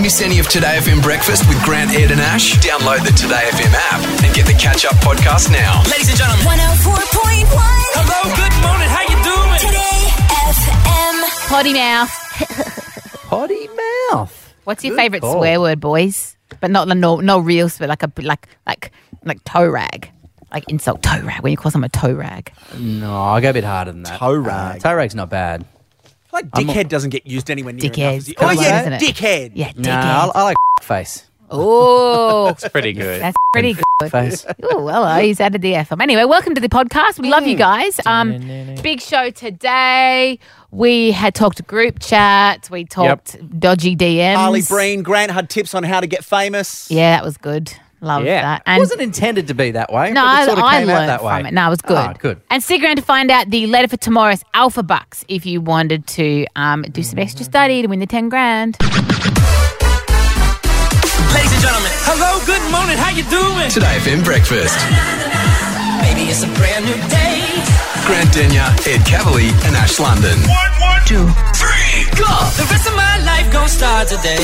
Miss any of Today FM breakfast with Grant, Ed, and Ash? Download the Today FM app and get the catch up podcast now. Ladies and gentlemen, 104.1 hello, good morning, how you Today doing? FM. Potty mouth. Potty mouth. What's your Good favourite call. swear word, boys? But not the no, no real swear, like a like like like toe rag, like insult toe rag. When you call someone a toe rag, No, Oh, I go a bit harder than that. Uh, Toe rag. toe rag's not bad. Like dickhead doesn't get used anywhere near enough. dickhead. Is it? Oh Kinda yeah, like that, isn't it? dickhead. yeah, No, I, dickhead. I like face. Oh, Pretty good. that's pretty good. Face. Oh, hello, he's out of the FM. Anyway, welcome to the podcast. We Mm. love you guys. Um, big show today. We had talked group chat. We talked dodgy DMs. Harley Breen, Grant had tips on how to get famous. Yeah, that was good. Love Yeah. that. it wasn't intended to be that way. No, but I, it sort of I came learned out that way. from it. No, it was good. Ah, good. And stick around to find out the letter for tomorrow's Alpha Bucks if you wanted to um, do some extra study to win the 10 grand. Ladies and gentlemen, hello, good morning, how you doing? Today FM breakfast. Maybe it's a brand new day. Grant Denyer, Ed Cavalier, and Ash London. One, one, two, three, go! Oh, The rest of my life gonna start today.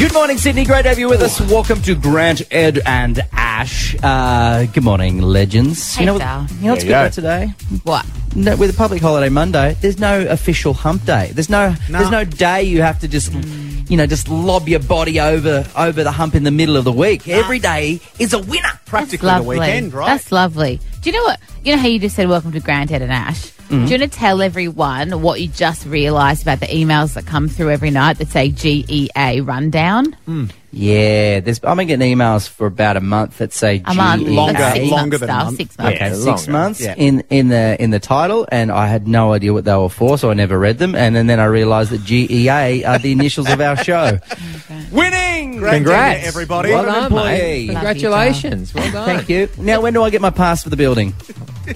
Good morning, Sydney. Great to have you with us. Welcome to Grant, Ed, and Ash. Uh, good morning, legends. Hey, you know, what- Val. you know what's good about today? What? No, with a public holiday Monday, there's no official hump day. There's no, there's no day you have to just, Mm. you know, just lob your body over over the hump in the middle of the week. Every day is a winner. That's lovely. weekend, right? That's lovely. Do you know what? You know how you just said welcome to Grant Ed and Ash? Mm-hmm. Do you want to tell everyone what you just realised about the emails that come through every night that say GEA Mm. rundown? Yeah, there's. I've been getting emails for about a month that say A month. GEA. Longer- That's six longer months, than though, a month. Six months. Okay, Yeah, six longer. months Yeah. in in the in the title, and I had no idea what they were for, so I never read them. And then, then I realised that GEA are the initials of our show. Winning. Grant Congrats. Denyer, everybody. Well What an done, mate. employee. Congratulations. Well done. Thank you. Now, when do I get my pass for the building?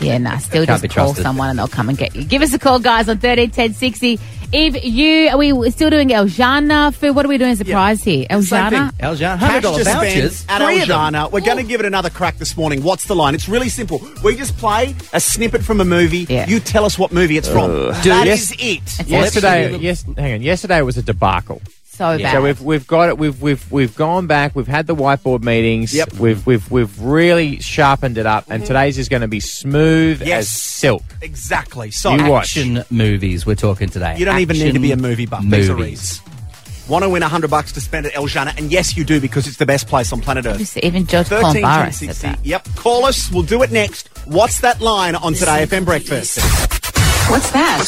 Yeah, nah, still Can't just be call trusted. someone and they'll come and get you. Give us a call, guys, on 13 10 60. If you, are we we're still doing Eljana food? What are we doing as a prize here? Same Eljana? thing. Eljan, Cash hundred dollar to spend vouchers. at Three of them. Aljana. We're going to give it another crack this morning. What's the line? It's really simple. We just play a snippet from a movie. Yeah. You tell us what movie it's from. That yes. is it. Yesterday, yes, hang on. Yesterday was a debacle. So bad. So we've we've got it. We've we've we've gone back. We've had the whiteboard meetings. Yep. Mm-hmm. We've we've we've really sharpened it up, and today's is going to be smooth as Yes. silk. Exactly. So You watch. Action movies we're talking today. You don't even need to be a movie buff. These are reads. Movies. Want to win 100 bucks to spend at Eljana? And yes, you do because it's the best place on planet Earth. Just even George 13 Columbaris said 1060. that. Yep. Call us. We'll do it next. What's that line on Today FM Breakfast? What's that?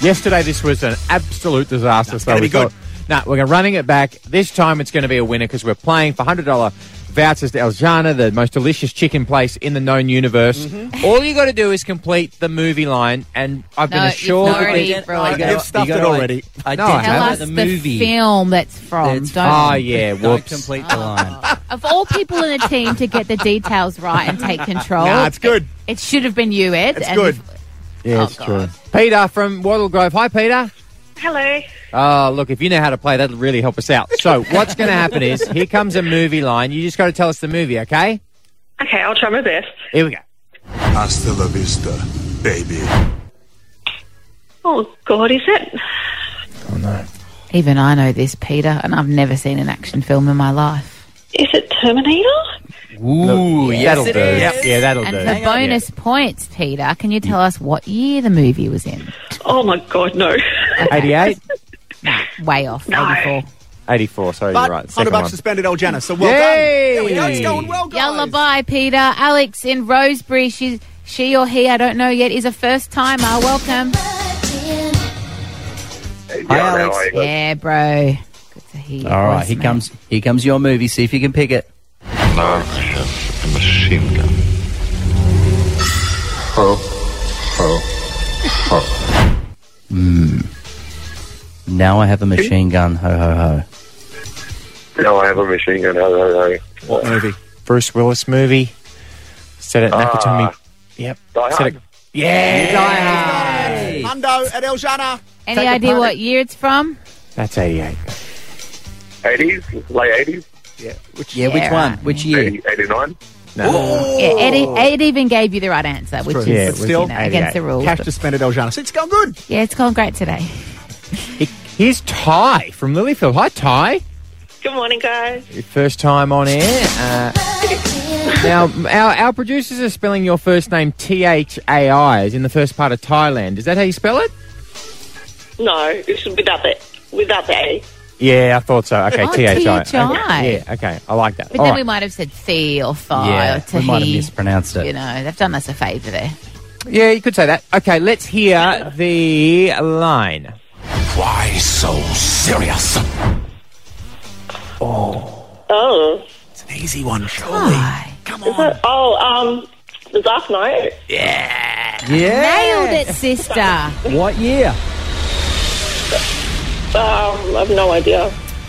Yesterday, this was an absolute disaster. so gonna we be good. thought, nah, we're going running it back. This time, it's going to be a winner because we're playing for hundred dollar vouchers to Eljana, the most delicious chicken place in the known universe. Mm-hmm. All you got to do is complete the movie line, and I've No, been it's assured that already- the- You've ruined it. You've stuffed it already. No, I Tell How us Identify the, the movie. film that's from. It's Don't, Ah, yeah. Don't Whoops. complete the line. Of all people in a team to get the details right and take control, Nah, it's good. It, it should have been you, Ed. It's and good. Yeah, Oh, it's God. true. Peter from Wattle Grove. Hi, Peter. Hello. Oh, look, if you know how to play, that'll really help us out. So, what's going to happen is here comes a movie line. You just got to tell us the movie, okay? Okay, I'll try my best. Here we go. Hasta la vista, baby. Oh God, is it? Even I know this, Peter, and I've never seen an action film in my life. Is it Terminator? Ooh, yes, that'll it do. is. Yep. Yeah, that'll And do. for bonus points, Peter, can you tell us what year the movie was in? Oh my God, no. 88? Way off, No. 84. 84, sorry, But you're right. 100 Second bucks one. to spend at Eljana. So well Yay! done. There we go. It's going well, guys. Yalla bye, Peter. Alex in Rosebery, she's, she or he, I don't know yet, is a first timer. Welcome. Hi, Alex. Yeah, bro. Good to hear. your All right, voice, here mate. comes here comes your movie. See if you can pick it. Mark has uh, a machine gun. Ho, ho, ho. Now I have a machine gun. Ho ho ho. No, I have a machine gun. Ho, ho, ho. What uh, movie? Bruce Willis movie. Said it, Nakatomi. Yep. Die Said it. Hard. Yeah, Hundo at Eljana. Any idea what year it's from? That's 88. 80s? Late 80s? Yeah, Yeah, which one? right. Which year? 80, 89? Yeah, Ed, Ed even gave you the right answer, which is true. Yeah, you it was know, 88. against the rules. Cash to spend at Eljana. So it's going good. Yeah, it's going great today. It, Here's Ty from Lilyfield. Hi, Ty. Good morning, guys. Your first time on air. Uh, now, our, our producers are spelling your first name T H A I, as in the first part of Thailand. Is that how you spell it? No, it's without the without the A. Yeah, I thought so. Okay, Oh, T H I. THI. Okay, Yeah, okay, I like that. But All then right. we might have said thee or phi or yeah, tahi. we might have mispronounced it. Uh, You know, they've done us a favour there. Yeah, you could say that. Okay, let's hear the line. Why so serious? Oh, It's an easy one, surely. Hi. Come on. oh, um, the Dark Knight. Yeah. Nailed it, sister. What year? Um, I've no idea.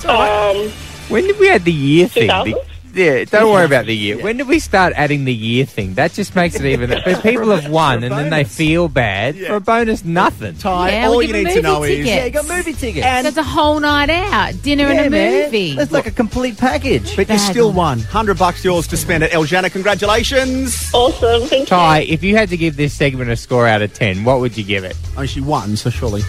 Um, When did we add the year thing? The- 2000? yeah, don't worry about the year. When did we start adding the year thing? That just makes it even. But people have won for a and then they bonus. feel bad for a bonus nothing. Ty, Yeah, all we'll you give a need to movie know is. ticket. Yeah, you got movie tickets. And- That's a whole night out, dinner yeah, and man. a movie. That's like a complete package. But you Bad still won. one. 100 bucks yours to spend at Eljana. Congratulations. awesome. Thank Ty, you. if you had to give this segment a score out of 10, what would you give it? Oh, she won, so surely.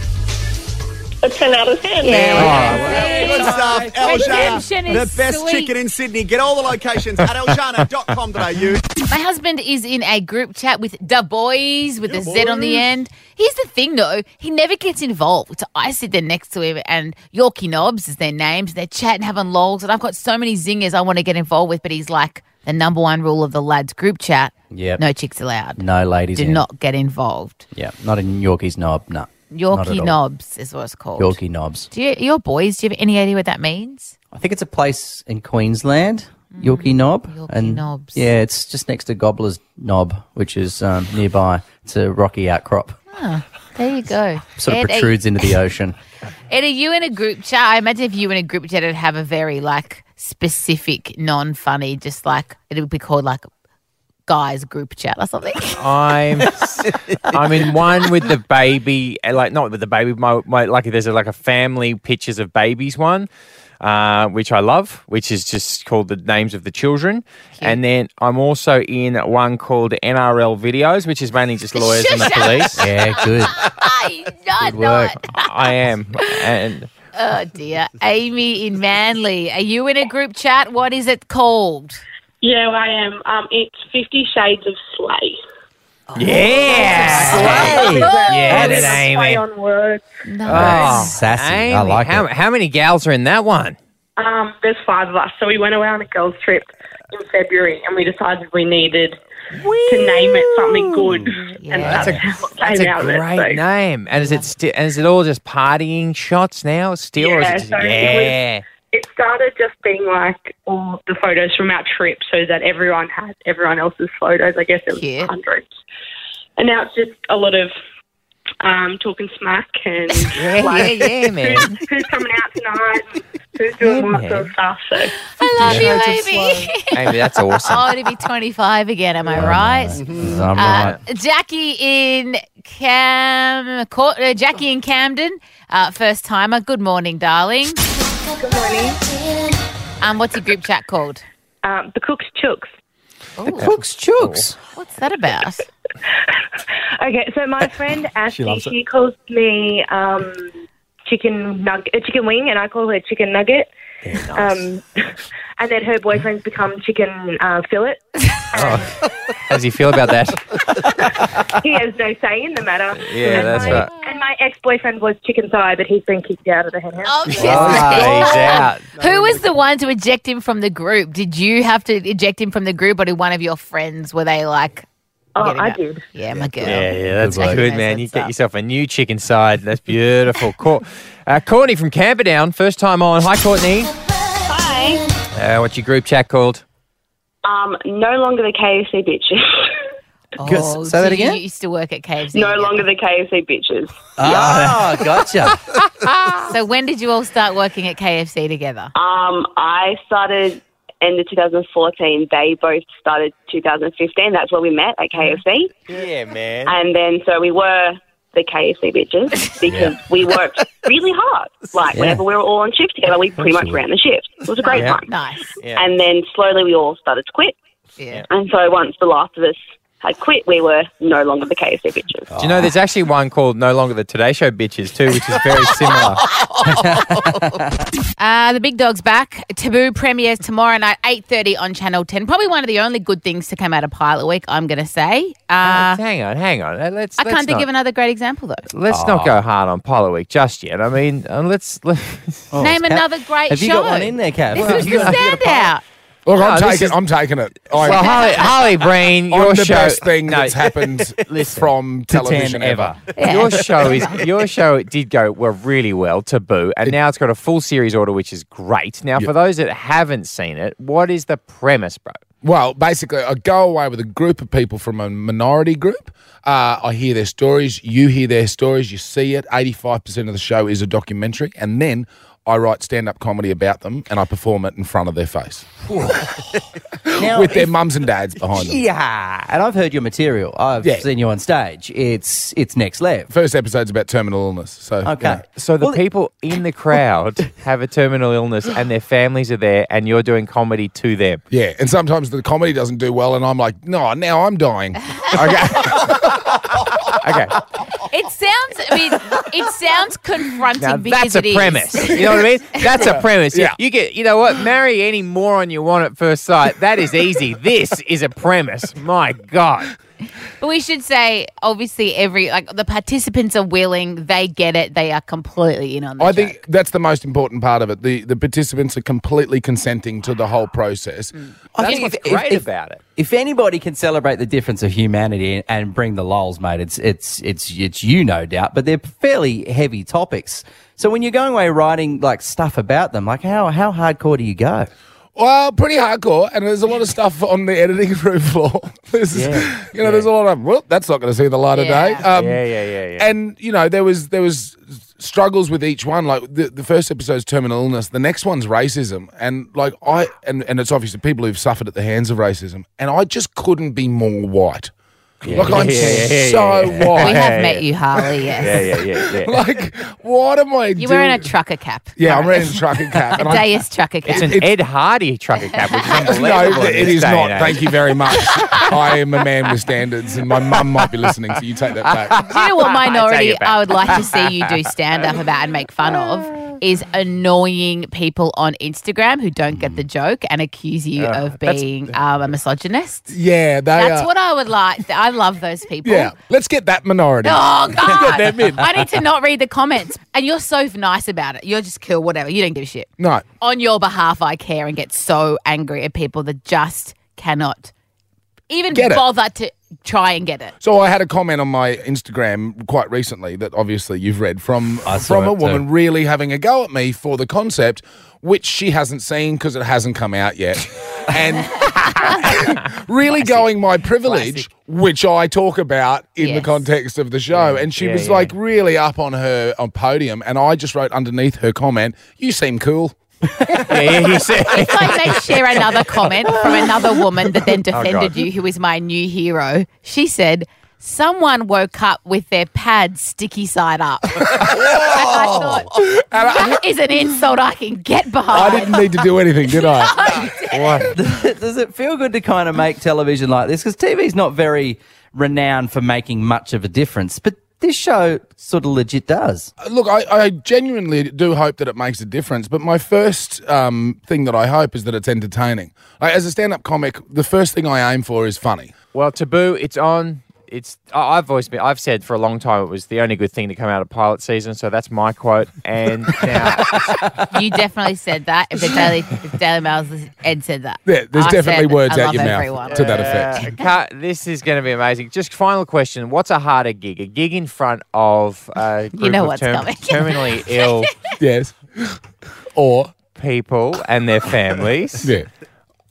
A ten out of ten. Good stuff, Redemption Eljana. is The best sweet. chicken in Sydney. Get all the locations at eljana.com.au. My husband is in a group chat with da boys with a Z on the end. Here's the thing though, he never gets involved. So I sit there next to him and Yorkie Knobs is their names. They're chatting, having lols, and I've got so many zingers I want to get involved with, but he's like the number one rule of the lads group chat. Yep. No chicks allowed. No, ladies. Do in. not get involved. Yeah, not in Yorkie's knob. No. Not at Yorkie all. Knobs is what it's called. Yorkie knobs. Do you, your boys, do you have any idea what that means? I think it's a place in Queensland. Yorkie Knob. Mm. Yorkie and Knobs. Yeah, it's just next to Gobbler's Knob, which is um, nearby. It's a rocky outcrop. There you go. Sort of Ed, are- protrudes into the ocean. Ed, are you in a group chat? I imagine if you were in a group chat, it'd have a very like specific, non-funny, just like it would be called like guys group chat or something. I'm I'm in one with the baby, uh, like not with the baby. My, my like there's a, like a family pictures of babies one, uh, which I love, which is just called the names of the children. And then I'm also in one called NRL videos, which is mainly just lawyers and the Shut up. police. yeah, good. Uh, I not, Good work. not. I am, and Oh dear, Amy in Manly, are you in a group chat? What is it called? Yeah, I am. Um, it's Fifty Shades of Slay. yeah, yeah, that's Play Amy. on words. Oh, That's sassy. I Amy, like how, it. how many gals are in that one? Um, there's five of us, so we went away on a girls' trip in February, and we decided we needed to name it something good, and that's, what came That's a out great of it. so- name. And is it sti- and is it all just partying shots now still? or is it Yeah, just- so it was- yeah. It started just being like all the photos from our trip, so that everyone had everyone else's photos. I guess it was Cute. hundreds, and now it's just a lot of um, talking smack and yeah, like, yeah, yeah, man. who's coming out tonight, who's doing what sort of stuff. So. I love you, Amy. Amy, that's awesome. oh, to be twenty-five again. Am I right? I'm Uh, right. Jackie in Cam, Cor- uh, Jackie in Camden, uh, first timer. Good morning, darling. Um, what's your group chat called? Um, the Cook's Chooks. Cooks chooks. What's that about? Okay, so my friend Ashley, she, calls me um, chicken nug- uh, chicken wing, and I call her chicken nugget. Um, and then her boyfriend's become chicken uh, fillet. How does he feel about that? He has no say in the matter. Yeah, and that's my, right. And my ex-boyfriend was chicken thigh, but he's been kicked out of the henhouse. Oh, yes. Ah, he's out. Who was the one to eject him from the group? Did you have to eject him from the group, or did one of your friends? Were they like, Oh, getting I up? did. "Yeah, my girl"? Yeah, yeah, that's Good work. good, man. You That's get up. yourself a new chicken side. That's beautiful. Cor- uh, Courtney from Camperdown, first time on. Hi, Courtney. Hi. Uh, what's your group chat called? Um, no longer the KFC bitches. Oh, Say that so you- again? You used to work at KFC. no together. longer the KFC bitches. Ah, gotcha. So when did you all start working at KFC together? Um, I started end of 2014. They both started 2015. That's where we met at KFC. Yeah, man. And then so we were the KFC bitches because we worked really hard. Like Yeah. whenever we were all on shift together, we pretty much ran the shift. It was a great Yeah. time. Nice. Yeah. And then slowly we all started to quit. Yeah. And so once the last of us I quit, we were no longer the KFC bitches. Do you know there's actually one called No Longer the Today Show Bitches too, which is very similar. Uh, the big dog's back. Taboo premieres tomorrow night, eight thirty on Channel Ten. Probably one of the only good things to come out of Pilot Week. I'm going to say. Uh, hang on, hang on. Uh, Let's. I let's can't think not, of another great example though. Let's not Ah. go hard on Pilot Week just yet. I mean, uh, let's. let Name another great Oh. Have show. you got one in there, Cav? This was the standout. Look, No, I'm this taking. is- I'm taking it. I'm, Well, Harley, Harley Breen, I'm your the show best thing No, that's happened from to 10 television ever. Your show is your show did go well really well, taboo, and now it's got a full series order, which is great. Now, for those that haven't seen it, what is the premise, bro? Well, basically, I go away with a group of people from a minority group. Uh, I hear their stories. You hear their stories. You see it. 85% of the show is a documentary. And then I write stand up comedy about them and I perform it in front of their face Now, with their mums and dads behind them. yeah, and I've heard your material. I've Yeah. seen you on stage. It's it's next level. First episode's about terminal illness. So, you Okay. know. So the Well, people in the crowd have a terminal illness, and their families are there, and you're doing comedy to them. yeah. And sometimes the comedy doesn't do well. And I'm like, no, now I'm dying. Okay. Okay, It sounds. I mean, it sounds confronting now because that's a it is. premise. You know what I mean? That's a premise. Yeah. You get, you know what? Marry any moron you want at first sight. That is easy. this is a premise. My God. But we should say, obviously, every like the participants are willing. They get it. They are completely in on. The I show. think that's the most important part of it. The the participants are completely consenting to the whole process. Mm. I That's think what's if- if- great if- about it. If anybody can celebrate the difference of humanity and bring the lols, mate, it's it's it's it's you, no doubt. But they're fairly heavy topics. So when you're going away writing like stuff about them, like how how hardcore do you go? Well, pretty hardcore, and there's a lot of stuff on the editing room floor. There's, Yeah, you know, there's a lot of well, that's not going to see the light Yeah. of day. Um, Yeah, yeah, yeah, yeah. And you know, there was there was struggles with each one. Like the, the first episode's terminal illness, the next one's racism, and like I and and it's obviously people who've suffered at the hands of racism, and I just couldn't be more white. like I'm Yeah, yeah, yeah, so yeah, yeah. white. we Yeah, have met you, Harley. Yes, Yeah, yeah, yeah, yeah. like, what am I? you're wearing a doing? trucker cap. Yeah, I'm wearing a trucker cap. A and I- Deus trucker cap. It's an Ed Hardy trucker cap, which is unbelievable. No, in it this is day not. and age. Thank you very much. I am a man with standards, and my mum might be listening, so you take that back. Do you know what minority it back. I would like to see you do stand up about and make fun of is annoying people on Instagram who don't get Mm. the joke and accuse you of being um, a misogynist. Oh, Yeah, they That's are. what I would like. I love those people. yeah, let's get that minority. Oh God! them in. I need to not read the comments. And you're so nice about it. You're just cool, whatever. You don't give a shit. No, On your behalf, I care and get so angry at people that just cannot even Get it. bother to try and get it. So I had a comment on my Instagram quite recently that obviously you've read from saw from a it woman too. really having a go at me for the concept, which she hasn't seen because it hasn't come out yet, and really going my privilege, which I talk about in the Yes. context of the show, and she yeah, was yeah. like really up on her on podium, and I just wrote underneath her comment, "You seem cool." Yeah, he said. It's like they share another comment from another woman that Oh, then defended God. you, who is my new hero. She said, Someone woke up with their pads sticky side up. and I thought, that is an insult I can get I behind. didn't need to do anything, did I? Does it feel good to kind of make television like this? Because TV's not very renowned for making much of a difference, but this show sort of legit does. look, I, I genuinely do hope that it makes a difference. But my first um, thing that I hope is that it's entertaining. Like, as a stand-up comic, the first thing I aim for is funny. Well, taboo. It's on. It's. I- I've always been. I've said for a long time it was the only good thing to come out of pilot season. So that's my quote. And now, You definitely said that. If the Daily, if Daily Mail's Ed said that. Yeah, there's I definitely said, words "I out love your mouth everyone." to that effect. Cut, uh, this is going to be amazing. Just final question: What's a harder gig? A gig in front of a group know of what's coming. terminally ill yes. Or people and their families, yeah.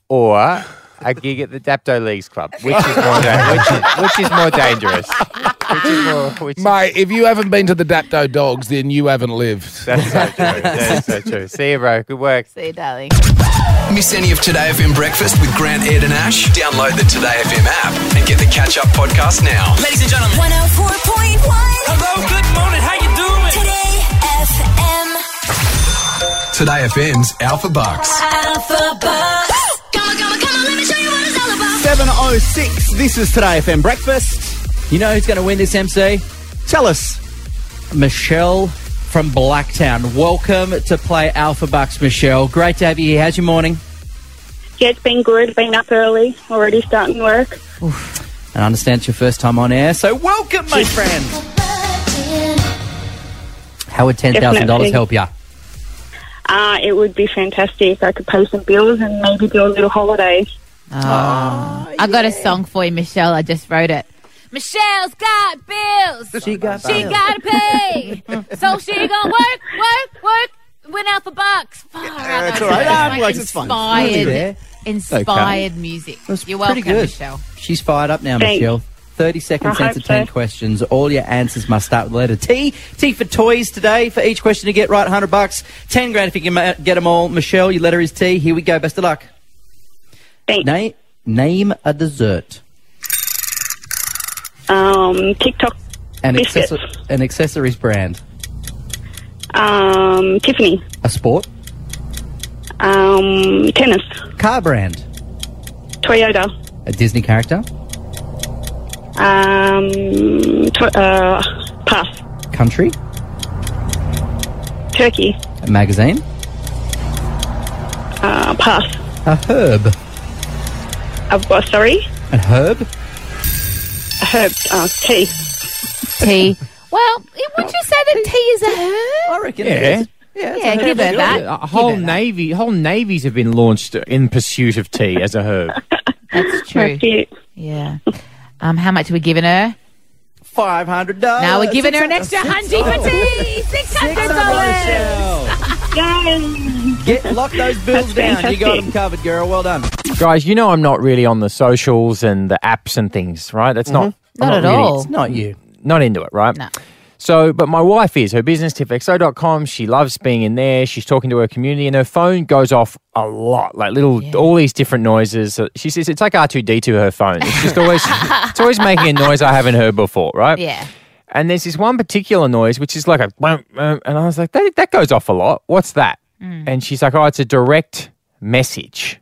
or a gig at the Dapto Leagues Club, which is more, da- which is, which is more dangerous. Which is more, which is Mate, if you haven't been to the Dapto Dogs, then you haven't lived. That's so true. That is so true. See you, bro. Good work. See you, darling. Miss any of Today FM breakfast with Grant, Ed, and Ash? Download the Today FM app and get the catch up podcast now. Ladies and gentlemen. 104.1 Hello, good morning. How you doing? Today FM Today FM's Alpha Bucks. Alpha Bucks. Come on, come on, come on, let me show you what it's all about. 706. This is Today FM Breakfast. You know who's going to win this MC? Tell us. Michelle from Blacktown. Welcome to Play Alpha Bucks, Michelle. Great to have you here. How's your morning? Yeah, it's been good. Been up early, already starting work. I understand it's your first time on air, so welcome, my friend. How would ten thousand Definitely. dollars help you? Uh, it would be fantastic. I could pay some bills and maybe do a little holiday. I Oh. got a song for you, Michelle. I just wrote it. Michelle's got bills. She got She bills. got to pay. so she gonna work, work, work. Win out for bucks. Fuck, I it's know, all right. it's Ah, it like works. It's fine. Really Inspired, there. inspired Okay. music. That's You're pretty welcome, good. Michelle. She's fired up now, Thanks. Michelle. 30 I seconds, hope answer 10 so. questions. All your answers must start with the letter T. T for toys today. For each question you get right, 100 bucks. 10 grand if you can ma- get them all. Michelle, your letter is T. Here we go. Best of luck. Thanks. Name, name a dessert. Um, TikTok, An, Biscuits. accessor- an accessories brand. um, Tiffany, A sport. um, tennis, Car brand. Toyota, A Disney character. um, to- uh, pass, Country. Turkey, A magazine. uh, pass. A herb. I've got sorry, A herb. a herb, uh, tea. Tea. Well, would you say that tea is a herb? I reckon Yeah. Yeah, give her that. Uh, whole navy, whole navies have been launched in pursuit of tea as a herb. That's true. Yeah. Um, how much are we giving her? Five hundred dollars. Now we're giving her an extra hundred for tea. Oh. Six hundred dollars. Get lock those bills That's down. You got them covered, girl. Well done. Guys, you know I'm not really on the socials and the apps and things, right? That's not I'm Mm-hmm. Not at really- all. it's Not you. Not into it, right? No. So, but my wife is. Her business, tiffxo.com, she loves being in there. She's talking to her community and her phone goes off a lot, like little, all these different noises. So She says it's like R2D2, her phone. It's just always, it's always making a noise I haven't heard before, right? Yeah. And there's this one particular noise, which is like a, whomp, whomp, and I was like, that, that goes off a lot. What's that? And she's like, oh, it's a direct message.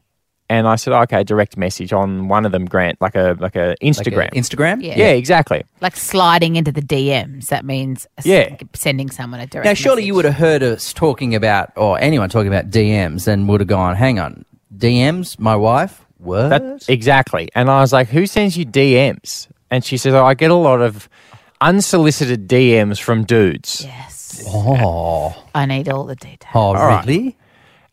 And I said, oh, okay, direct message on one of them, Grant, like a like a Instagram. Instagram? Yeah, Yeah. exactly. Like sliding into the DMs. That means s- Yeah. sending someone a direct. Now, surely you would have heard us talking about, or anyone talking about DMs, and would have gone, "Hang on, DMs, my wife." What? That, exactly. And I was like, who sends you DMs? And she says, oh, I get a lot of unsolicited DMs from dudes. Yes. Oh. I need all the details. Oh,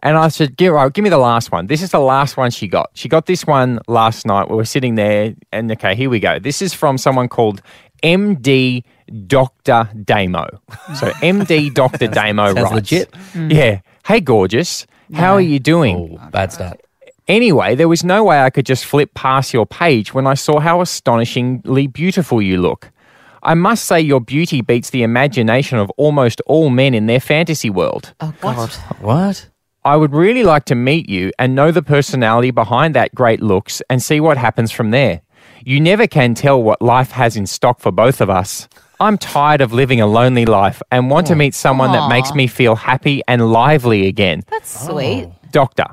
And I said, give, right, give me the last one. This is the last one she got. She got this one last night. We were sitting there, and okay, here we go. This is from someone called MD Dr. Damo. So MD Dr. Damo sounds writes. legit. Mm. Yeah. Hey, gorgeous. How are you doing? Oh, bad start. Anyway, there was no way I could just flip past your page when I saw how astonishingly beautiful you look. I must say, your beauty beats the imagination of almost all men in their fantasy world. Oh, God. What? I would really like to meet you and know the personality behind that great looks and see what happens from there. You never can tell what life has in stock for both of us. I'm tired of living a lonely life and want to meet someone that makes Aw. me feel happy and lively again. That's sweet. Doctor,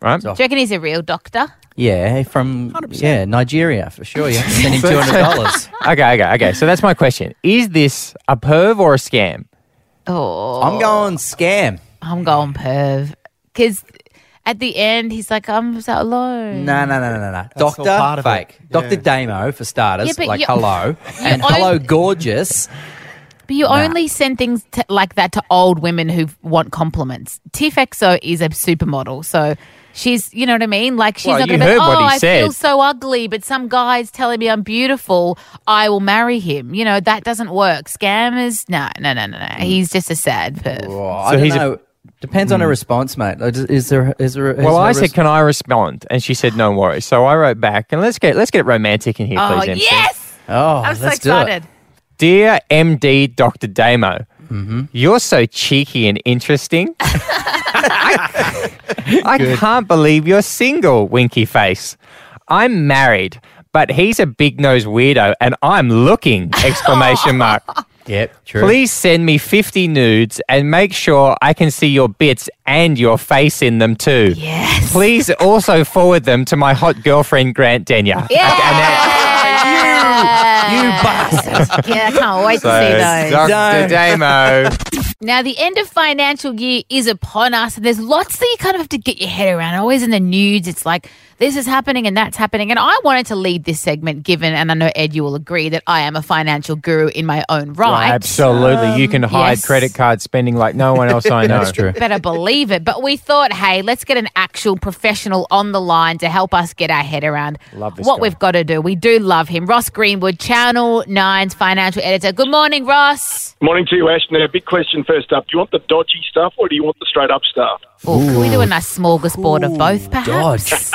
right? Do you reckon he's a real doctor? Yeah, from yeah Nigeria for sure. You have to send him two hundred dollars. okay, okay, okay. So that's my question. Is this a perv or a scam? Oh. I'm going scam. I'm going perv. Because at the end, he's like, I'm so alone. No, no, no, no, no, no. all part Doctor of it. fake. Doctor Damo for starters. Yeah, but like you- hello and own- hello gorgeous. But you only send things t like that to old women who want compliments. TFXO is a supermodel, so she's, you know what I mean? Like, she's Well, not you going to be, heard like, what oh, he I feel said." so ugly, but some guy's telling me I'm beautiful. I will marry him. You know, that doesn't work. Scammers, no, no, no, no, no. Hmm. He's just a sad perv. I don't know. Depends on a response, mate. Like, Is is there is there? Is Well, there I a said, res- "Can I respond?" And she said, "No worries." So I wrote back, and let's get let's get romantic in here, oh, please. MC. yes! Oh, I'm so let's do it. excited. Dear MD Dr. Damo, you're so cheeky and interesting. I, I can't believe you're single, winky face. I'm married, but he's a big nose weirdo and I'm looking! Exclamation mark. Yep, true. Please send me 50 nudes and make sure I can see your bits and your face in them too. Yes. Please also forward them to my hot girlfriend, Grant Denyer. you bastard. yeah, I can't wait to see those. Dr. Damo. Now, the end of financial year is upon us, and there's lots that you kind of have to get your head around. Always in the news, it's like this is happening and that's happening. And I wanted to lead this segment, given, and I know Ed, you will agree that I am a financial guru in my own Oh, right. Absolutely. you can Um, hide yes. credit card spending like no one else I know. That's true. Better believe it. But we thought, hey, let's get an actual professional on the line to help us get our head around Love this what guy. we've got to do. We do love him. Ross Greenwood, Channel 9's financial editor. Good morning, Ross. Morning to you, Ashton. A big question first up. Do you want the dodgy stuff or do you want the straight up stuff? Or can we do a nice smorgasbord of both, perhaps?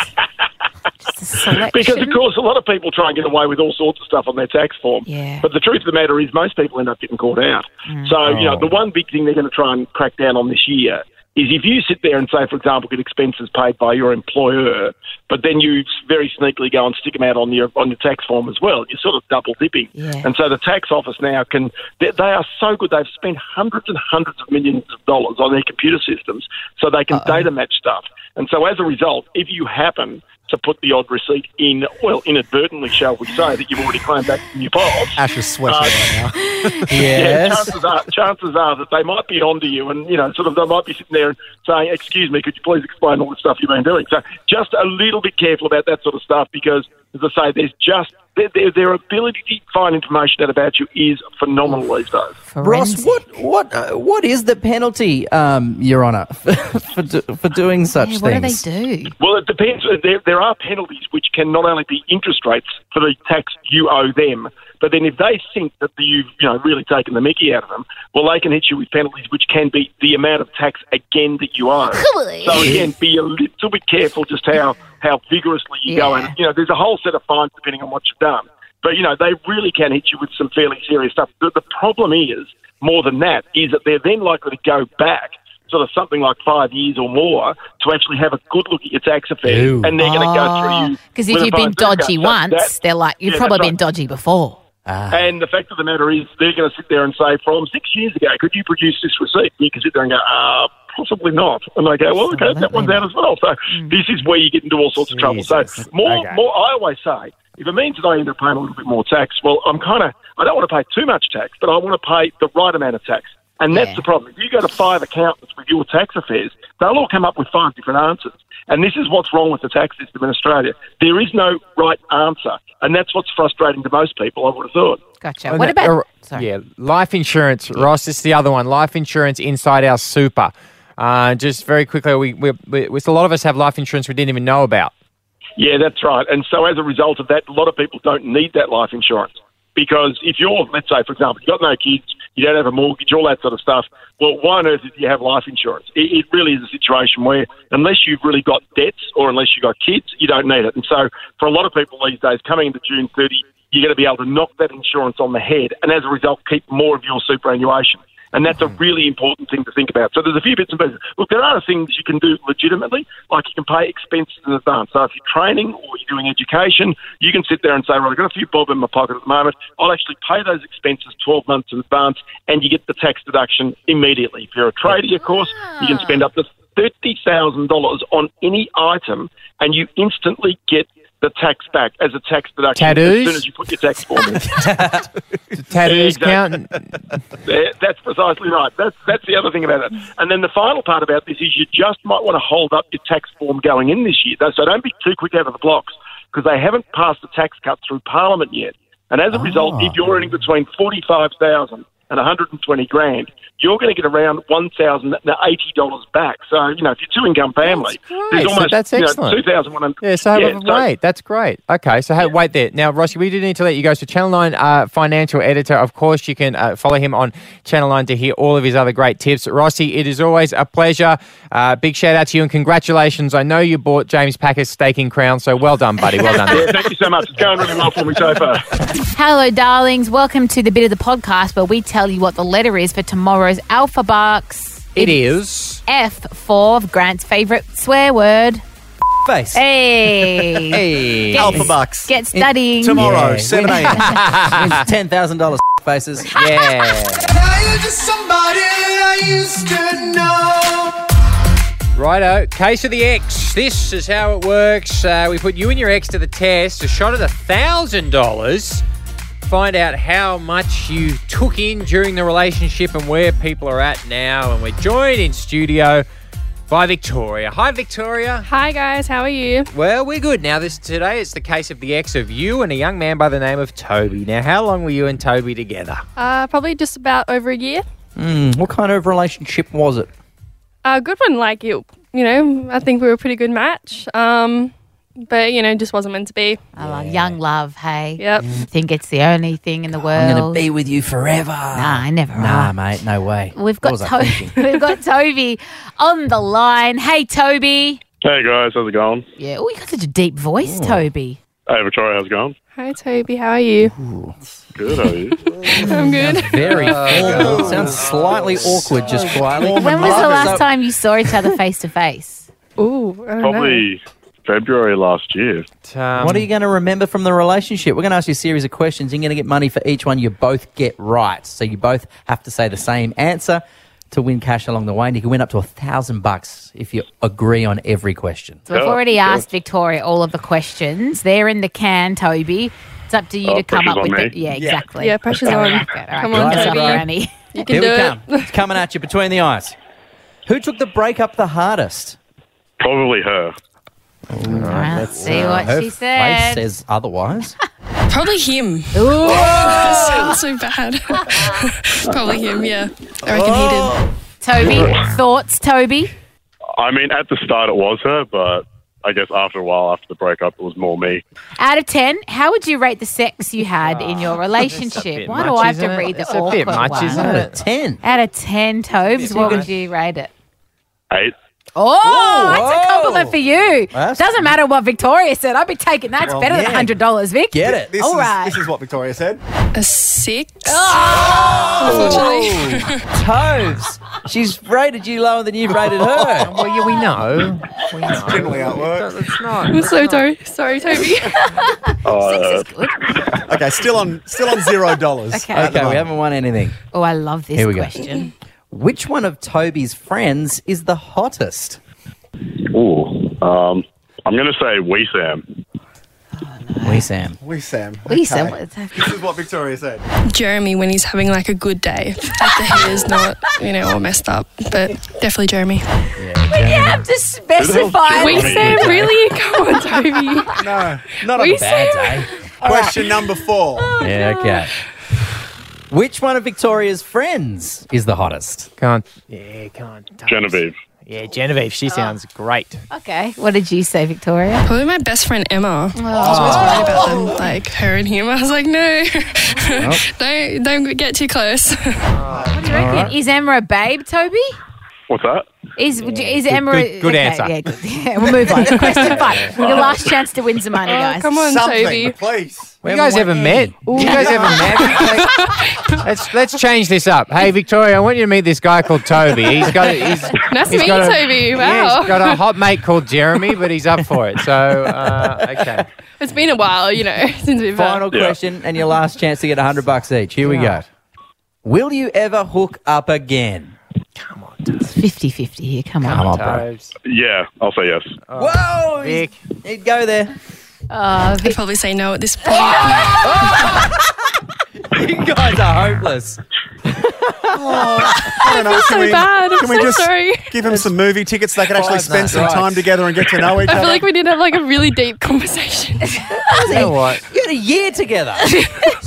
Because, of course, a lot of people try and get away with all sorts of stuff on their tax form. Yeah. But the truth of the matter is, most people end up getting caught out. So, you know, the one big thing they're going to try and crack down on this year is if you sit there and say, for example, get expenses paid by your employer, but then you very sneakily go and stick them out on your on your tax form as well, you're sort of double dipping. Yeah. And so the tax office now can they, they are so good they've spent hundreds and hundreds of millions of dollars on their computer systems so they can data match stuff. And so as a result, if you happen to put the odd receipt in, well, inadvertently, shall we say, that you've already claimed back from your boss. Ash is sweating Uh, right now. Yeah, Yes. chances are, chances are that they might be onto you, and you know, sort of, they might be sitting there and saying, "Excuse me, could you please explain all the stuff you've been doing?" So, just a little bit careful about that sort of stuff because, as I say, there's just their, their, their ability to find information out about you is phenomenal these days. Ross, what what uh, what is the penalty, um, Your Honour, for, do, for doing such Yeah, what do they things? do? Well, it depends. There, there are penalties which can not only be interest rates for the tax you owe them, but then if they think that you've you know really taken the mickey out of them, well, they can hit you with penalties which can be the amount of tax again that you owe. so again, be a little bit careful just how how vigorously you go. And you know, there's a whole set of fines depending on what you've done. But you know, they really can hit you with some fairly serious stuff. But the problem is, more than that, is that they're then likely to go back sort of something like five years or more to actually have a good look at your tax affairs, and they're going to go through you. Because with Oh, if a you've been fine tooth dodgy comb. So once, that- they're like, you've yeah, probably that's been dodgy before. and the fact of the matter is, they're going to sit there and say, from six years ago, could you produce this receipt? You can sit there and go, uh, possibly not. And they go, well, okay, that one's out as well. So this is where you get into all sorts of trouble. So more, more, I always say, if it means that I end up paying a little bit more tax, well, I'm kind of, I don't want to pay too much tax, but I want to pay the right amount of tax. And that's the problem. If you go to five accountants with your tax affairs, they'll all come up with five different answers. And this is what's wrong with the tax system in Australia. There is no right answer. And that's what's frustrating to most people, I would have thought. Gotcha. And What that- about. er, Yeah, life insurance, Ross. It's the other one. Life insurance inside our super. Uh, just very quickly, we, we, we, we- a lot of us have life insurance we didn't even know about. Yeah, that's right. And so as a result of that, a lot of people don't need that life insurance because if you're, let's say, for example, you've got no kids, you don't have a mortgage, all that sort of stuff. Well, why on earth do you have life insurance? It, it really is a situation where unless you've really got debts or unless you've got kids, you don't need it. And so for a lot of people these days, coming into June 30, you're going to be able to knock that insurance on the head and as a result, keep more of your superannuation. And that's a really important thing to think about. So there's a few bits and pieces. Look, there are things you can do legitimately, like you can pay expenses in advance. So if you're training or you're doing education, you can sit there and say, right, I've got a few bob in my pocket at the moment. I'll actually pay those expenses 12 months in advance and you get the tax deduction immediately. If you're a trader, of course, you can spend up to $30,000 on any item and you instantly get the tax back as a tax deduction as Tattoos? soon as you put your tax form in. Tattoos Exactly. count? Yeah, That's precisely right. That's that's the other thing about it. And then the final part about this is you just might want to hold up your tax form going in this year. So don't be too quick out of the blocks because they haven't passed the tax cut through Parliament yet. And as a result, if you're earning between forty-five thousand and one hundred and twenty grand, you're going to get around one thousand and eighty dollars back. So you know if you're two income family, Right, there's so almost that's you know, excellent. two thousand one hundred. Yeah, so, wait, that's great. Okay, so hey, wait there. Now, Rossi, we do need to let you go. So, Channel 9 uh, financial editor, of course, you can uh, follow him on Channel 9 to hear all of his other great tips. Rossi, it is always a pleasure. Uh, big shout out to you and congratulations. I know you bought James Packer's staking crown, so well done, buddy. Well done. yeah, thank you so much. It's going really well for me so far. Hello, darlings. Welcome to the bit of the podcast where we tell you what the letter is for tomorrow's Alpha Bucks. It is. F for Grant's favourite swear word. face. Hey. Hey. Get- Get studying. Yeah, win. Wins $10,000 faces. Yeah. Now you're just somebody I used to know. Righto, case of the X. This is how it works. Uh, we put you and your ex to the test. A shot at a thousand dollars. Find out how much you took in during the relationship and where people are at now. And we're joined in studio by Victoria. Hi, Victoria. Hi guys, how are you? Well, we're good now. This today it's the case of the ex of you and a young man by the name of Toby. Now, how long were you and Toby together? Uh, probably just about over a year. Hmm, what kind of relationship was it? A good one, like you. You know, I think we were a pretty good match. Um, but you know, just wasn't meant to be. I love young love. Hey, Yep. I think it's the only thing in the world. I'm going to be with you forever. Nah, I never Nah, mate, no way. We've What got was I Toby. thinking? We've got Toby on the line. Hey, Toby. Hey guys, how's it going? Yeah. Oh, you got such a deep voice, Toby. Hey Victoria, how's it going? Hi Toby, how are you? Good, how are you? I'm good. Very formal. Sounds slightly awkward just quietly. When was the last time you saw each other face to face? Ooh, Probably February last year. Um, what are you going to remember from the relationship? We're going to ask you a series of questions. You're going to get money for each one you both get right. So you both have to say the same answer to win cash along the way. And you can win up to a thousand bucks if you agree on every question. So we've already asked Victoria all of the questions. They're in the can, Toby. It's up to you Oh, to come pressure's up on with me. it. Yeah, Yeah. exactly. Yeah, pressure's All on. right, good. All right, Come on, good job, Toby. Granny. You can Here do we it. come. It's coming at you between the eyes. Who took the breakup the hardest? Probably her. let's see what her she face said. says otherwise. Probably him. Ooh. that sounds so bad. Probably him, yeah. I reckon he did. Toby, thoughts, Toby? I mean at the start it was her, but I guess after a while after the breakup it was more me. Out of 10, how would you rate the sex you had in your relationship? Why do I have to read the awkward one? Ten. Out of 10, Tobes, what would you rate it? Eight. Oh, that's a compliment for you. Doesn't matter what Victoria said. I'd be taking that. It's Well, better yeah. than $100, Vic. This All is, right. This is what Victoria said. A six? Unfortunately. Toves. She's rated you lower than you've rated her. well, yeah, we know. We know. Generally how it works. I'm so sorry, sorry Toby. okay, still on still on zero dollars. Okay. at the Okay, we moment. haven't won anything. Oh, I love this Here we go. question. Which one of Toby's friends is the hottest? Ooh. Um, I'm gonna say we Sam. We Sam. We Sam. We Sam, what's This is what Victoria said. Jeremy when he's having like a good day. After he is not, you know, all messed up. But definitely Jeremy. When you have to specify. We Sam, really? Come on, Toby. No, not a We a bad Sam. day. Question number four. yeah, okay. Which one of Victoria's friends is the hottest? Can't. Yeah, can't. Genevieve. Yeah, Genevieve. She sounds great. Okay. What did you say, Victoria? Probably my best friend Emma. I was always worried about them, like her and him. I was like, no, don't don't get too close. What do you reckon? Is Emma a babe, Toby? What's that? Is would you- is Emma? good- good okay, answer. Yeah, good. Yeah, we'll move on. Question five. Your last chance to win some money, guys. come on, Something. Toby. Please. You guys ever met? You guys ever met? let's let's change this up. Hey, Victoria, I want you to meet this guy called Toby. He's got he's Nice to he's meet you, got a- Toby. yeah, Wow. he's got a hot mate called Jeremy, but he's up for it. So uh, okay. It's been a while, you know, since we've Final question and your last chance to get 100 bucks each. Here we go. Will you ever hook up again? 50 50 here. Come on. Come on, bro. Yeah, I'll say yes. Whoa! Vic. He'd go there. I'd probably say no at this point. You guys are hopeless. I don't know. feel can so we, bad. I'm can we so just sorry. give him some movie tickets so they can actually Five spend nights. some time together and get to know each I other? feel like we did have like a really deep conversation. You know what? You had a year together.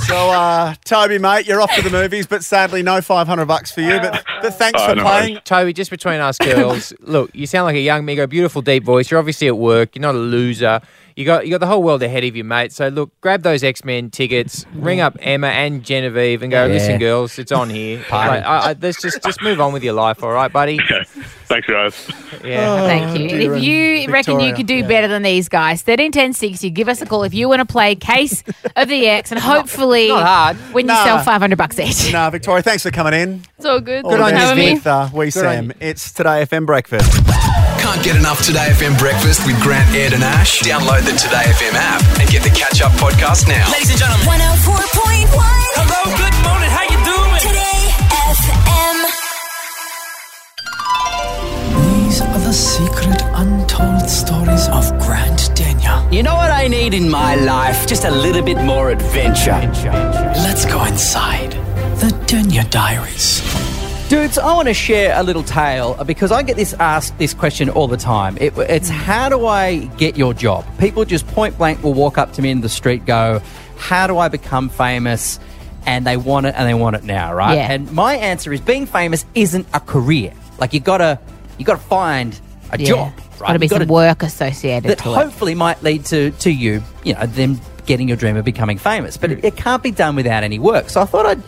so, uh, Toby, mate, you're off to the movies, but sadly, no 500 bucks for you. But, but thanks for playing. Toby, just between us girls, look, you sound like a young Migo, beautiful deep voice. You're obviously at work. You're not a loser. You got you got the whole world ahead of you, mate. So look, grab those X Men tickets, ring up Emma and Genevieve, and go. Yeah. Listen, girls, it's on here. Party. Like, I, I, let's just just move on with your life, all right, buddy? Thanks guys. Yeah. Oh. Oh, Thank you. dear, If you and reckon you Victoria, could do better than these guys, 13, 10, 60, give us a call if you want to play Case of the X and hopefully not hard. win Nah. yourself 500 bucks each. Nah, Victoria, thanks for coming in. It's all good. All the Thanks for best having me. with uh, We Good on Sam. It's Today FM Breakfast. Can't get enough Today FM breakfast with Grant, Ed, and Ash? Download the Today FM app and get the catch up podcast now. Ladies and gentlemen. 104.1. Hello, good morning. How you doing? Today FM. These are the secret untold stories of Grant Denyer. You know what I need in my life? Just a little bit more adventure. Let's go inside the Denyer Diaries. Dudes, I want to share a little tale uh, because I get this asked this question all the time. It, it's Hmm. how do I get your job? People just point blank will walk up to me in the street, go, "How do I become famous?" And they want it, and they want it now, right? Yeah. And my answer is, being famous isn't a career. Like you gotta, you gotta find a Yeah. job. It's Right? Got to be You gotta- some work associated that to it. hopefully might lead to to you, you know, them getting your dream of becoming famous. But it, it can't be done without any work. So I thought I'd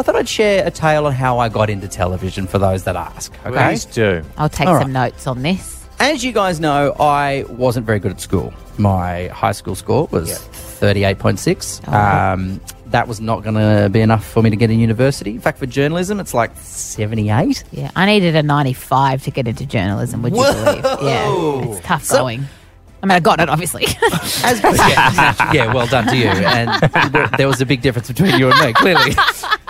I thought I'd share a tale on how I got into television for those that ask. Okay. Please do. I'll take All some notes on this. As you guys know, I wasn't very good at school. My high school score was 38.6. Um, that was not going to be enough for me to get in university. In fact, for journalism, it's like 78. Yeah, I needed a 95 to get into journalism, would you believe? Yeah, it's tough going. I mean, I got it, obviously. yeah, yeah, well done to you. And th- there was a big difference between you and me, clearly.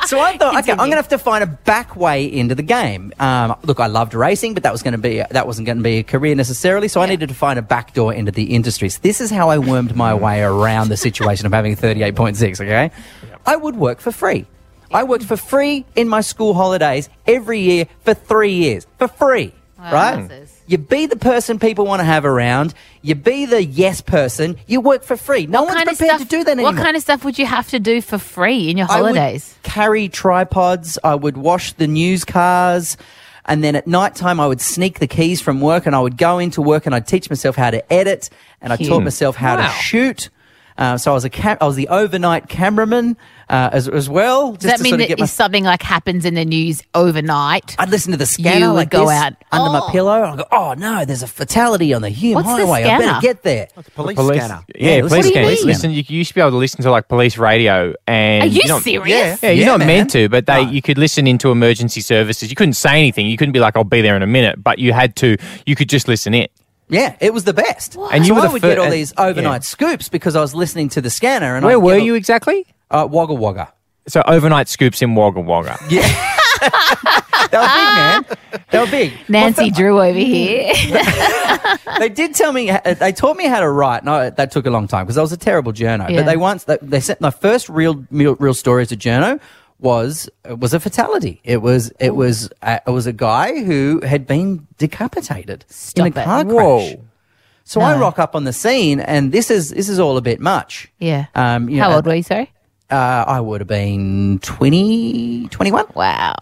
So I thought, okay, I'm going to have to find a back way into the game. Um, look, I loved racing, but that was going to be that wasn't going to be a career necessarily. So I needed to find a back door into the industry. So this is how I wormed my way around the situation of having 38.6. Okay, I would work for free. I worked for free in my school holidays every year for three years for free. Wow, right? You be the person people want to have around. You be the yes person. You work for free. No one's prepared to do that anymore. What kind of stuff would you have to do for free in your holidays? I would carry tripods. I would wash the news cars. And then at night time, I would sneak the keys from work and I would go into work and I'd teach myself how to edit and I Cute. taught myself how to Wow. shoot. Uh, so I was a ca- I was the overnight cameraman uh, as, as well. Does that to mean sort of that get if my- something like happens in the news overnight? I'd listen to the scanner You would like go this out under my Oh. pillow. I go, oh no, there's a fatality on the Hume What's the Highway. I better scanner? get there. police, Yeah, Yeah, listen to police scanner. police scanner. Listen, you, you used to be able to listen to like police radio, and Are you you're not- serious? Yeah, Yeah, you're not man. meant to, but they you could listen into emergency services. You couldn't say anything. You couldn't be like, "I'll be there in a minute," but you had to. You could just listen in. Yeah, it was the best. And you so were I the would fir- get all and- these overnight yeah. scoops because I was listening to the scanner. And Where I'd were get all- you exactly? Uh, Wagga Wagga. So overnight scoops in Wagga Wagga. Yeah, They were big, man. They were big. Nancy Drew over Mm-hmm. here. They did tell me. uh, They taught me how to write. No, that took a long time because I was a terrible journo. Yeah. But they once they, they sent my first real real, real story as a journo was was a fatality. It was it was uh, it was a guy who had been decapitated in a it. car Whoa. crash. So I No. rock up on the scene, and this is this is all a bit much. yeah. Um, you How know, old were you, sorry? Uh, I would have been 20, 21. Wow.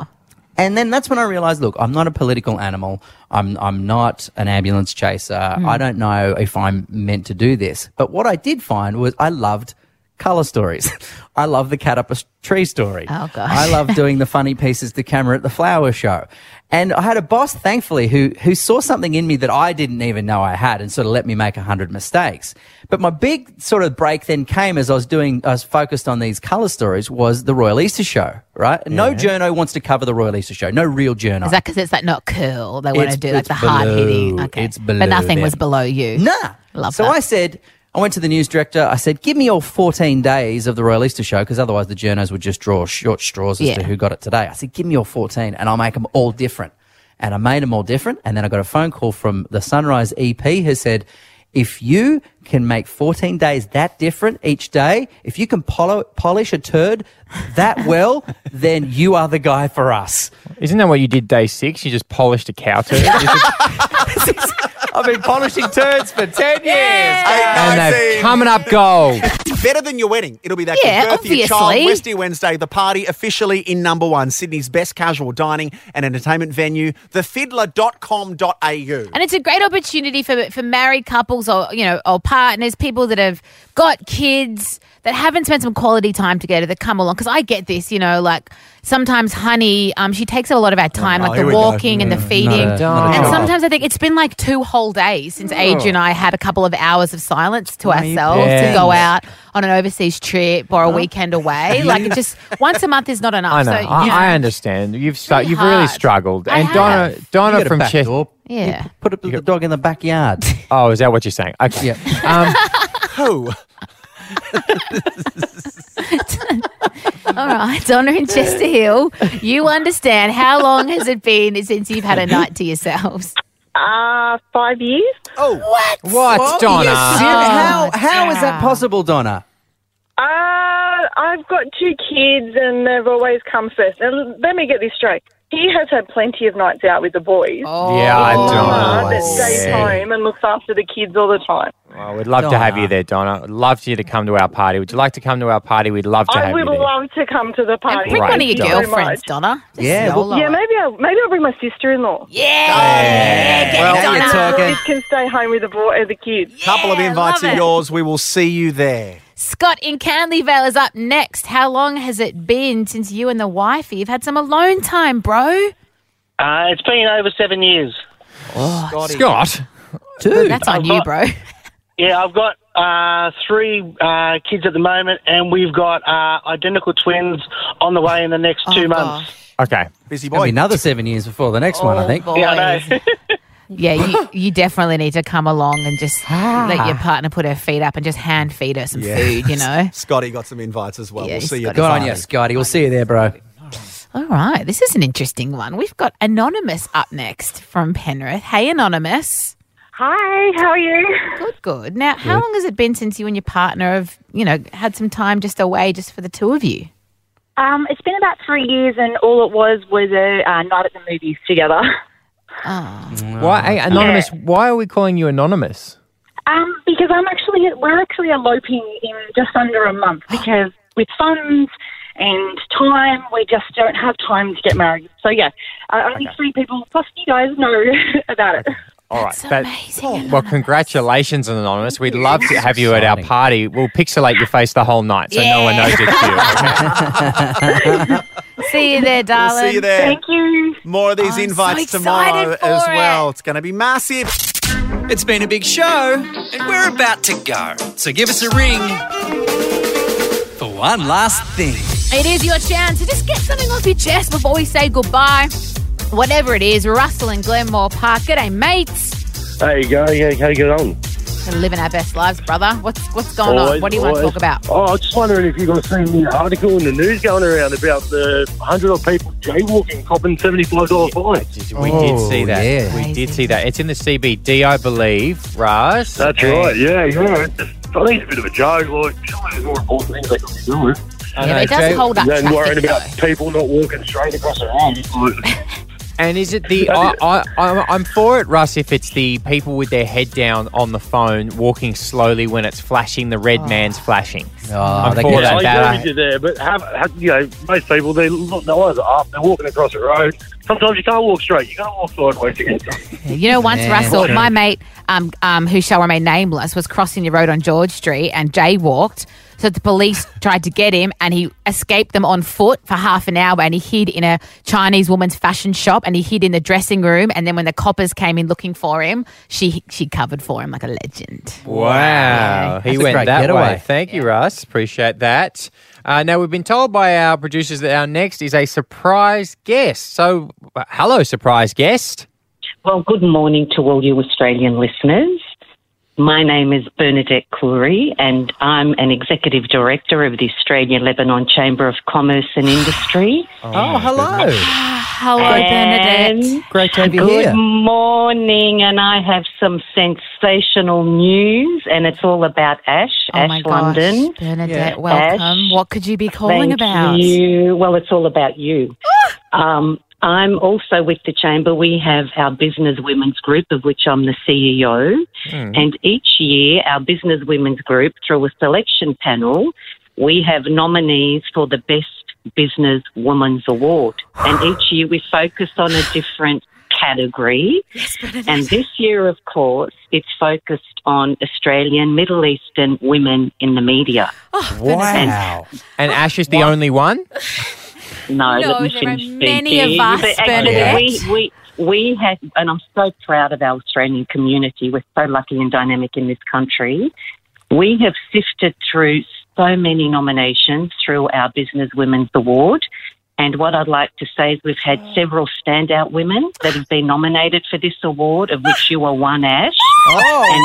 And then that's when I realized, look, I'm not a political animal. I'm, I'm not an ambulance chaser. Hmm. I don't know if I'm meant to do this. But what I did find was I loved color stories. I love the cat up a s- tree story. Oh, gosh. I love doing the funny pieces to camera at the flower show. And I had a boss, thankfully, who, who saw something in me that I didn't even know I had and sort of let me make a hundred mistakes. But my big sort of break then came as I was doing, I was focused on these color stories was the Royal Easter show, right? And No journo wants to cover the Royal Easter show. No real journo. Is that because it's like not cool? They want It's- to do like it's the hard hitting. below- Okay. it's below but nothing was them. below you. Nah. Love so that. I said, I went to the news director. I said, give me all 14 days of the Royal Easter show because otherwise the journos would just draw short straws as Yeah. to who got it today. I said, give me all 14 and I'll make them all different. And I made them all different. And then I got a phone call from the Sunrise EP who said, if you can make 14 days that different each day, if you can polo- polish a turd that well, then you are the guy for us. Isn't that what you did day six? You just polished a cow turd. I've been polishing turds for 10 years. and they're Nineteen. coming up gold. Better than your wedding. It'll be that Yeah, good. Birth of your child. obviously. Westy Wednesday, the party officially in number one, Sydney's best casual dining and entertainment venue, thefiddler.com.au. And it's a great opportunity for for married couples or you know or partners, people that have got kids that haven't spent some quality time together that come along. Because I get this, you know, like sometimes honey, um, she takes up a lot of our time, Oh, like here the we go. walking and the Mm, feeding. not a- not a and job. sometimes I think it's been like two whole days since Age Oh. and I had a couple of hours of silence to ourselves to pets. go out on an overseas trip or a weekend away. like it just once a month is not enough. I know. So, I, you know, I understand. You've stu- pretty you've really hard. struggled. I and have. Donna You Donna got a from back Czech. door. Yeah. Put a, the dog in the backyard. Oh, is that what you're saying? Okay. Um, Who? All right, Donna and Chester Hill, you understand how long has it been since you've had a night to yourselves? Uh, five years. Oh, what? What, Oh, Donna? how how is that wow. possible, Donna? Uh, I've got two kids and they've always come first. Now, l- let me get this straight. He has had plenty of nights out with the boys. Oh, Yeah, I don't That stays see. home and looks after the kids all the time. I would Oh, love to have you there, Donna. I'd love for you to come to our party. Would you like to come to our party? We'd love to I have would you there. love to come to the party. bring Right, one of your Donna. girlfriends, Donna. Yeah, well- yeah. Maybe I'll maybe I'll bring my sister-in-law. Yeah, well, now you're The talking. kids can stay home with the boy, uh, the kids. Couple of invites love of it. yours. We will see you there. Scott in Canley Vale is up next. How long has it been since you and the wifey have had some alone time, bro? Uh, it's been over seven years. Scott? Dude. That's on you, bro. Yeah, I've got uh, three uh, kids at the moment, and we've got uh, identical twins on the way in the next Oh, two months. Okay. Busy boy. another seven years before the next one, I Oh. think. Yeah, I know. Yeah, you, you definitely need to come along and just let your partner put her feet up and just hand feed her some food, you know? Scotty got some invites as well. Yeah, we'll see you. at Good the on party. you, Scotty. We'll see you there, bro. All right, this is an interesting one. We've got Anonymous up next from Penrith. Hey, Anonymous. Hi, how are you? Good, good. Now, how long has it been since you and your partner have, you know, had some time just away just for the two of you? Um, it's been about three years, and all it was was a uh, night at the movies together. Why, hey, anonymous? Why are we calling you anonymous? Um, because I'm actually we're actually eloping in just under a month because with funds and time, we just don't have time to get married. So yeah, uh, only three people plus you guys know about it. All right. that- Oh, Well, congratulations, Anonymous. We'd love to have you at our party. We'll pixelate your face the whole night so no one knows it's you. okay? See you there, We'll darling. see you there. you. More of these I'm invites so tomorrow excited as for well. It's going to be massive. It's been a big show, and we're about to go. So give us a ring for one last thing. It is your chance to just get something off your chest before we say goodbye. Whatever it is, Russell and Glenmore Park. G'day, mates. There you go. Yeah, how you get on? We're living our best lives, brother. What's what's going on? Always, What do you want to always. talk about? Oh, I was just wondering if you guys seen the article in the news going around about the hundred odd people jaywalking, copping seventy five dollar fines. We did see that. We did see that. It's in the CBD, I believe, Raj. That's And- right. Yeah, yeah. It's just- I think it's a bit of a joke. Like, surely there's more important things they could be doing. I Yeah, know, but it does Jay- hold up Than traffic, worrying about people not walking straight across the road. And is it the? I, I, I'm, I'm for it, Russ. If it's the people with their head down on the phone, walking slowly when it's flashing, the Oh. red man's flashing. I'm I for that. agree that with you there, but have, have, you know, most people, they look, their eyes are up, they're walking across the road. Sometimes you can't walk straight, you can't walk sideways to get something. You know, once Yeah. Russell, Okay. my mate, um, um, who shall remain nameless, was crossing the road on George Street and jaywalked. So the police tried to get him, and he escaped them on foot for half an hour. And he hid in a Chinese woman's fashion shop, and he hid in the dressing room. And then when the coppers came in looking for him, she she covered for him like a legend. wow, he That's a went great that getaway. way. Thank you, Russ. Appreciate that. Uh, now we've been told by our producers that our next is a surprise guest. So, uh, hello, surprise guest. Well, good morning to all you Australian listeners. My name is Bernadette Cleary, and I'm an executive director of the Australian Lebanon Chamber of Commerce and Industry. Oh, hello. Hello, And Great to have you Good here. morning, and I have some sensational news, and it's all about Ash, Oh Ash my gosh, London. Bernadette, welcome. what could you be calling Thank about? Ah! You. Well, it's all about you. um, I'm also with the chamber. We have our business women's group, of which I'm the CEO. Hmm. And each year, our business women's group, through a selection panel, we have nominees for the best business woman's award. And each year, we focus on a different category. and this year, of course, it's focused on Australian, Middle Eastern women in the media. And Ash is the only one. No, let me No, there are finish many speaking. of us, But actually, Bernadette. we, we, we have, and I'm so proud of our Australian community. We're so lucky and dynamic in this country. We have sifted through so many nominations through our Business Women's Award. And what I'd like to say is we've had several standout women that have been nominated for this award, of which you are one, Ash. Oh, and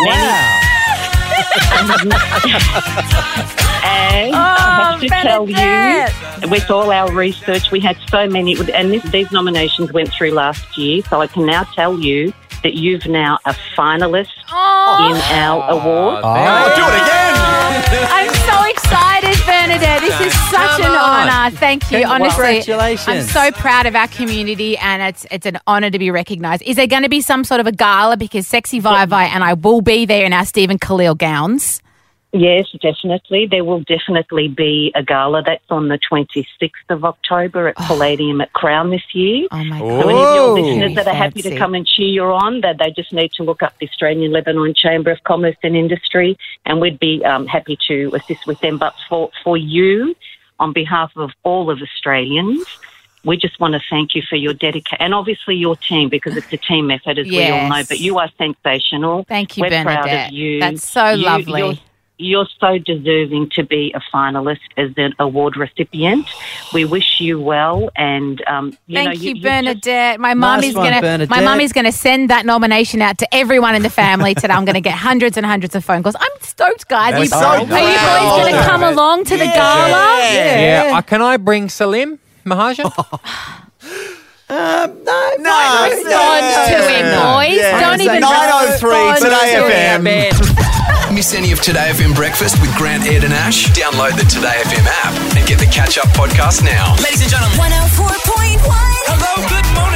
wow. Oh, and I have to tell you, with all our research, we had so many, and this, these nominations went through last year. So I can now tell you that you've now a finalist Oh. in our award. Ah. Oh, do it again! I'm so excited, Bernadette. This is such Come an on. honour. Thank you, Congratulations. honestly. Congratulations. I'm so proud of our community, and it's it's an honour to be recognised. Is there going to be some sort of a gala? Because Sexy Vivi and I will be there in our Stephen Khalil gowns. Yes, definitely. There will definitely be a gala. That's on the 26th of October at Palladium at Crown this year. Oh, my So any of your Whoa. listeners that are happy to Fancy. come and cheer you on, that they just need to look up the Australian Lebanon Chamber of Commerce and Industry, and we'd be um, happy to assist with them. But for, for you, on behalf of all of Australians, we just want to thank you for your dedication and obviously your team because it's a team effort, as we all know. Yes. But you are sensational. Thank you, We're proud Bernadette. of you. That's so You- lovely. you're you're so deserving to be a finalist as an award recipient. We wish you well, and um, you know, Thank you, you, you Bernadette. My Nice mummy's one, gonna my Bernadette. mummy's gonna send that nomination out to everyone in the family today. I'm gonna get hundreds and hundreds of phone calls. I'm stoked, guys. That's Are so you- are you proud. boys gonna come along to the gala? Yeah. Uh, can I bring Salim Mahajan? Um, no, no, no, respond to him, boys. Don't even oh respond Today FM. Miss any of Today FM breakfast with Grant, Ed, and Ash? Download the Today FM app and get the catch up podcast now. oh Ladies and gentlemen, 104.1. Hello, good morning.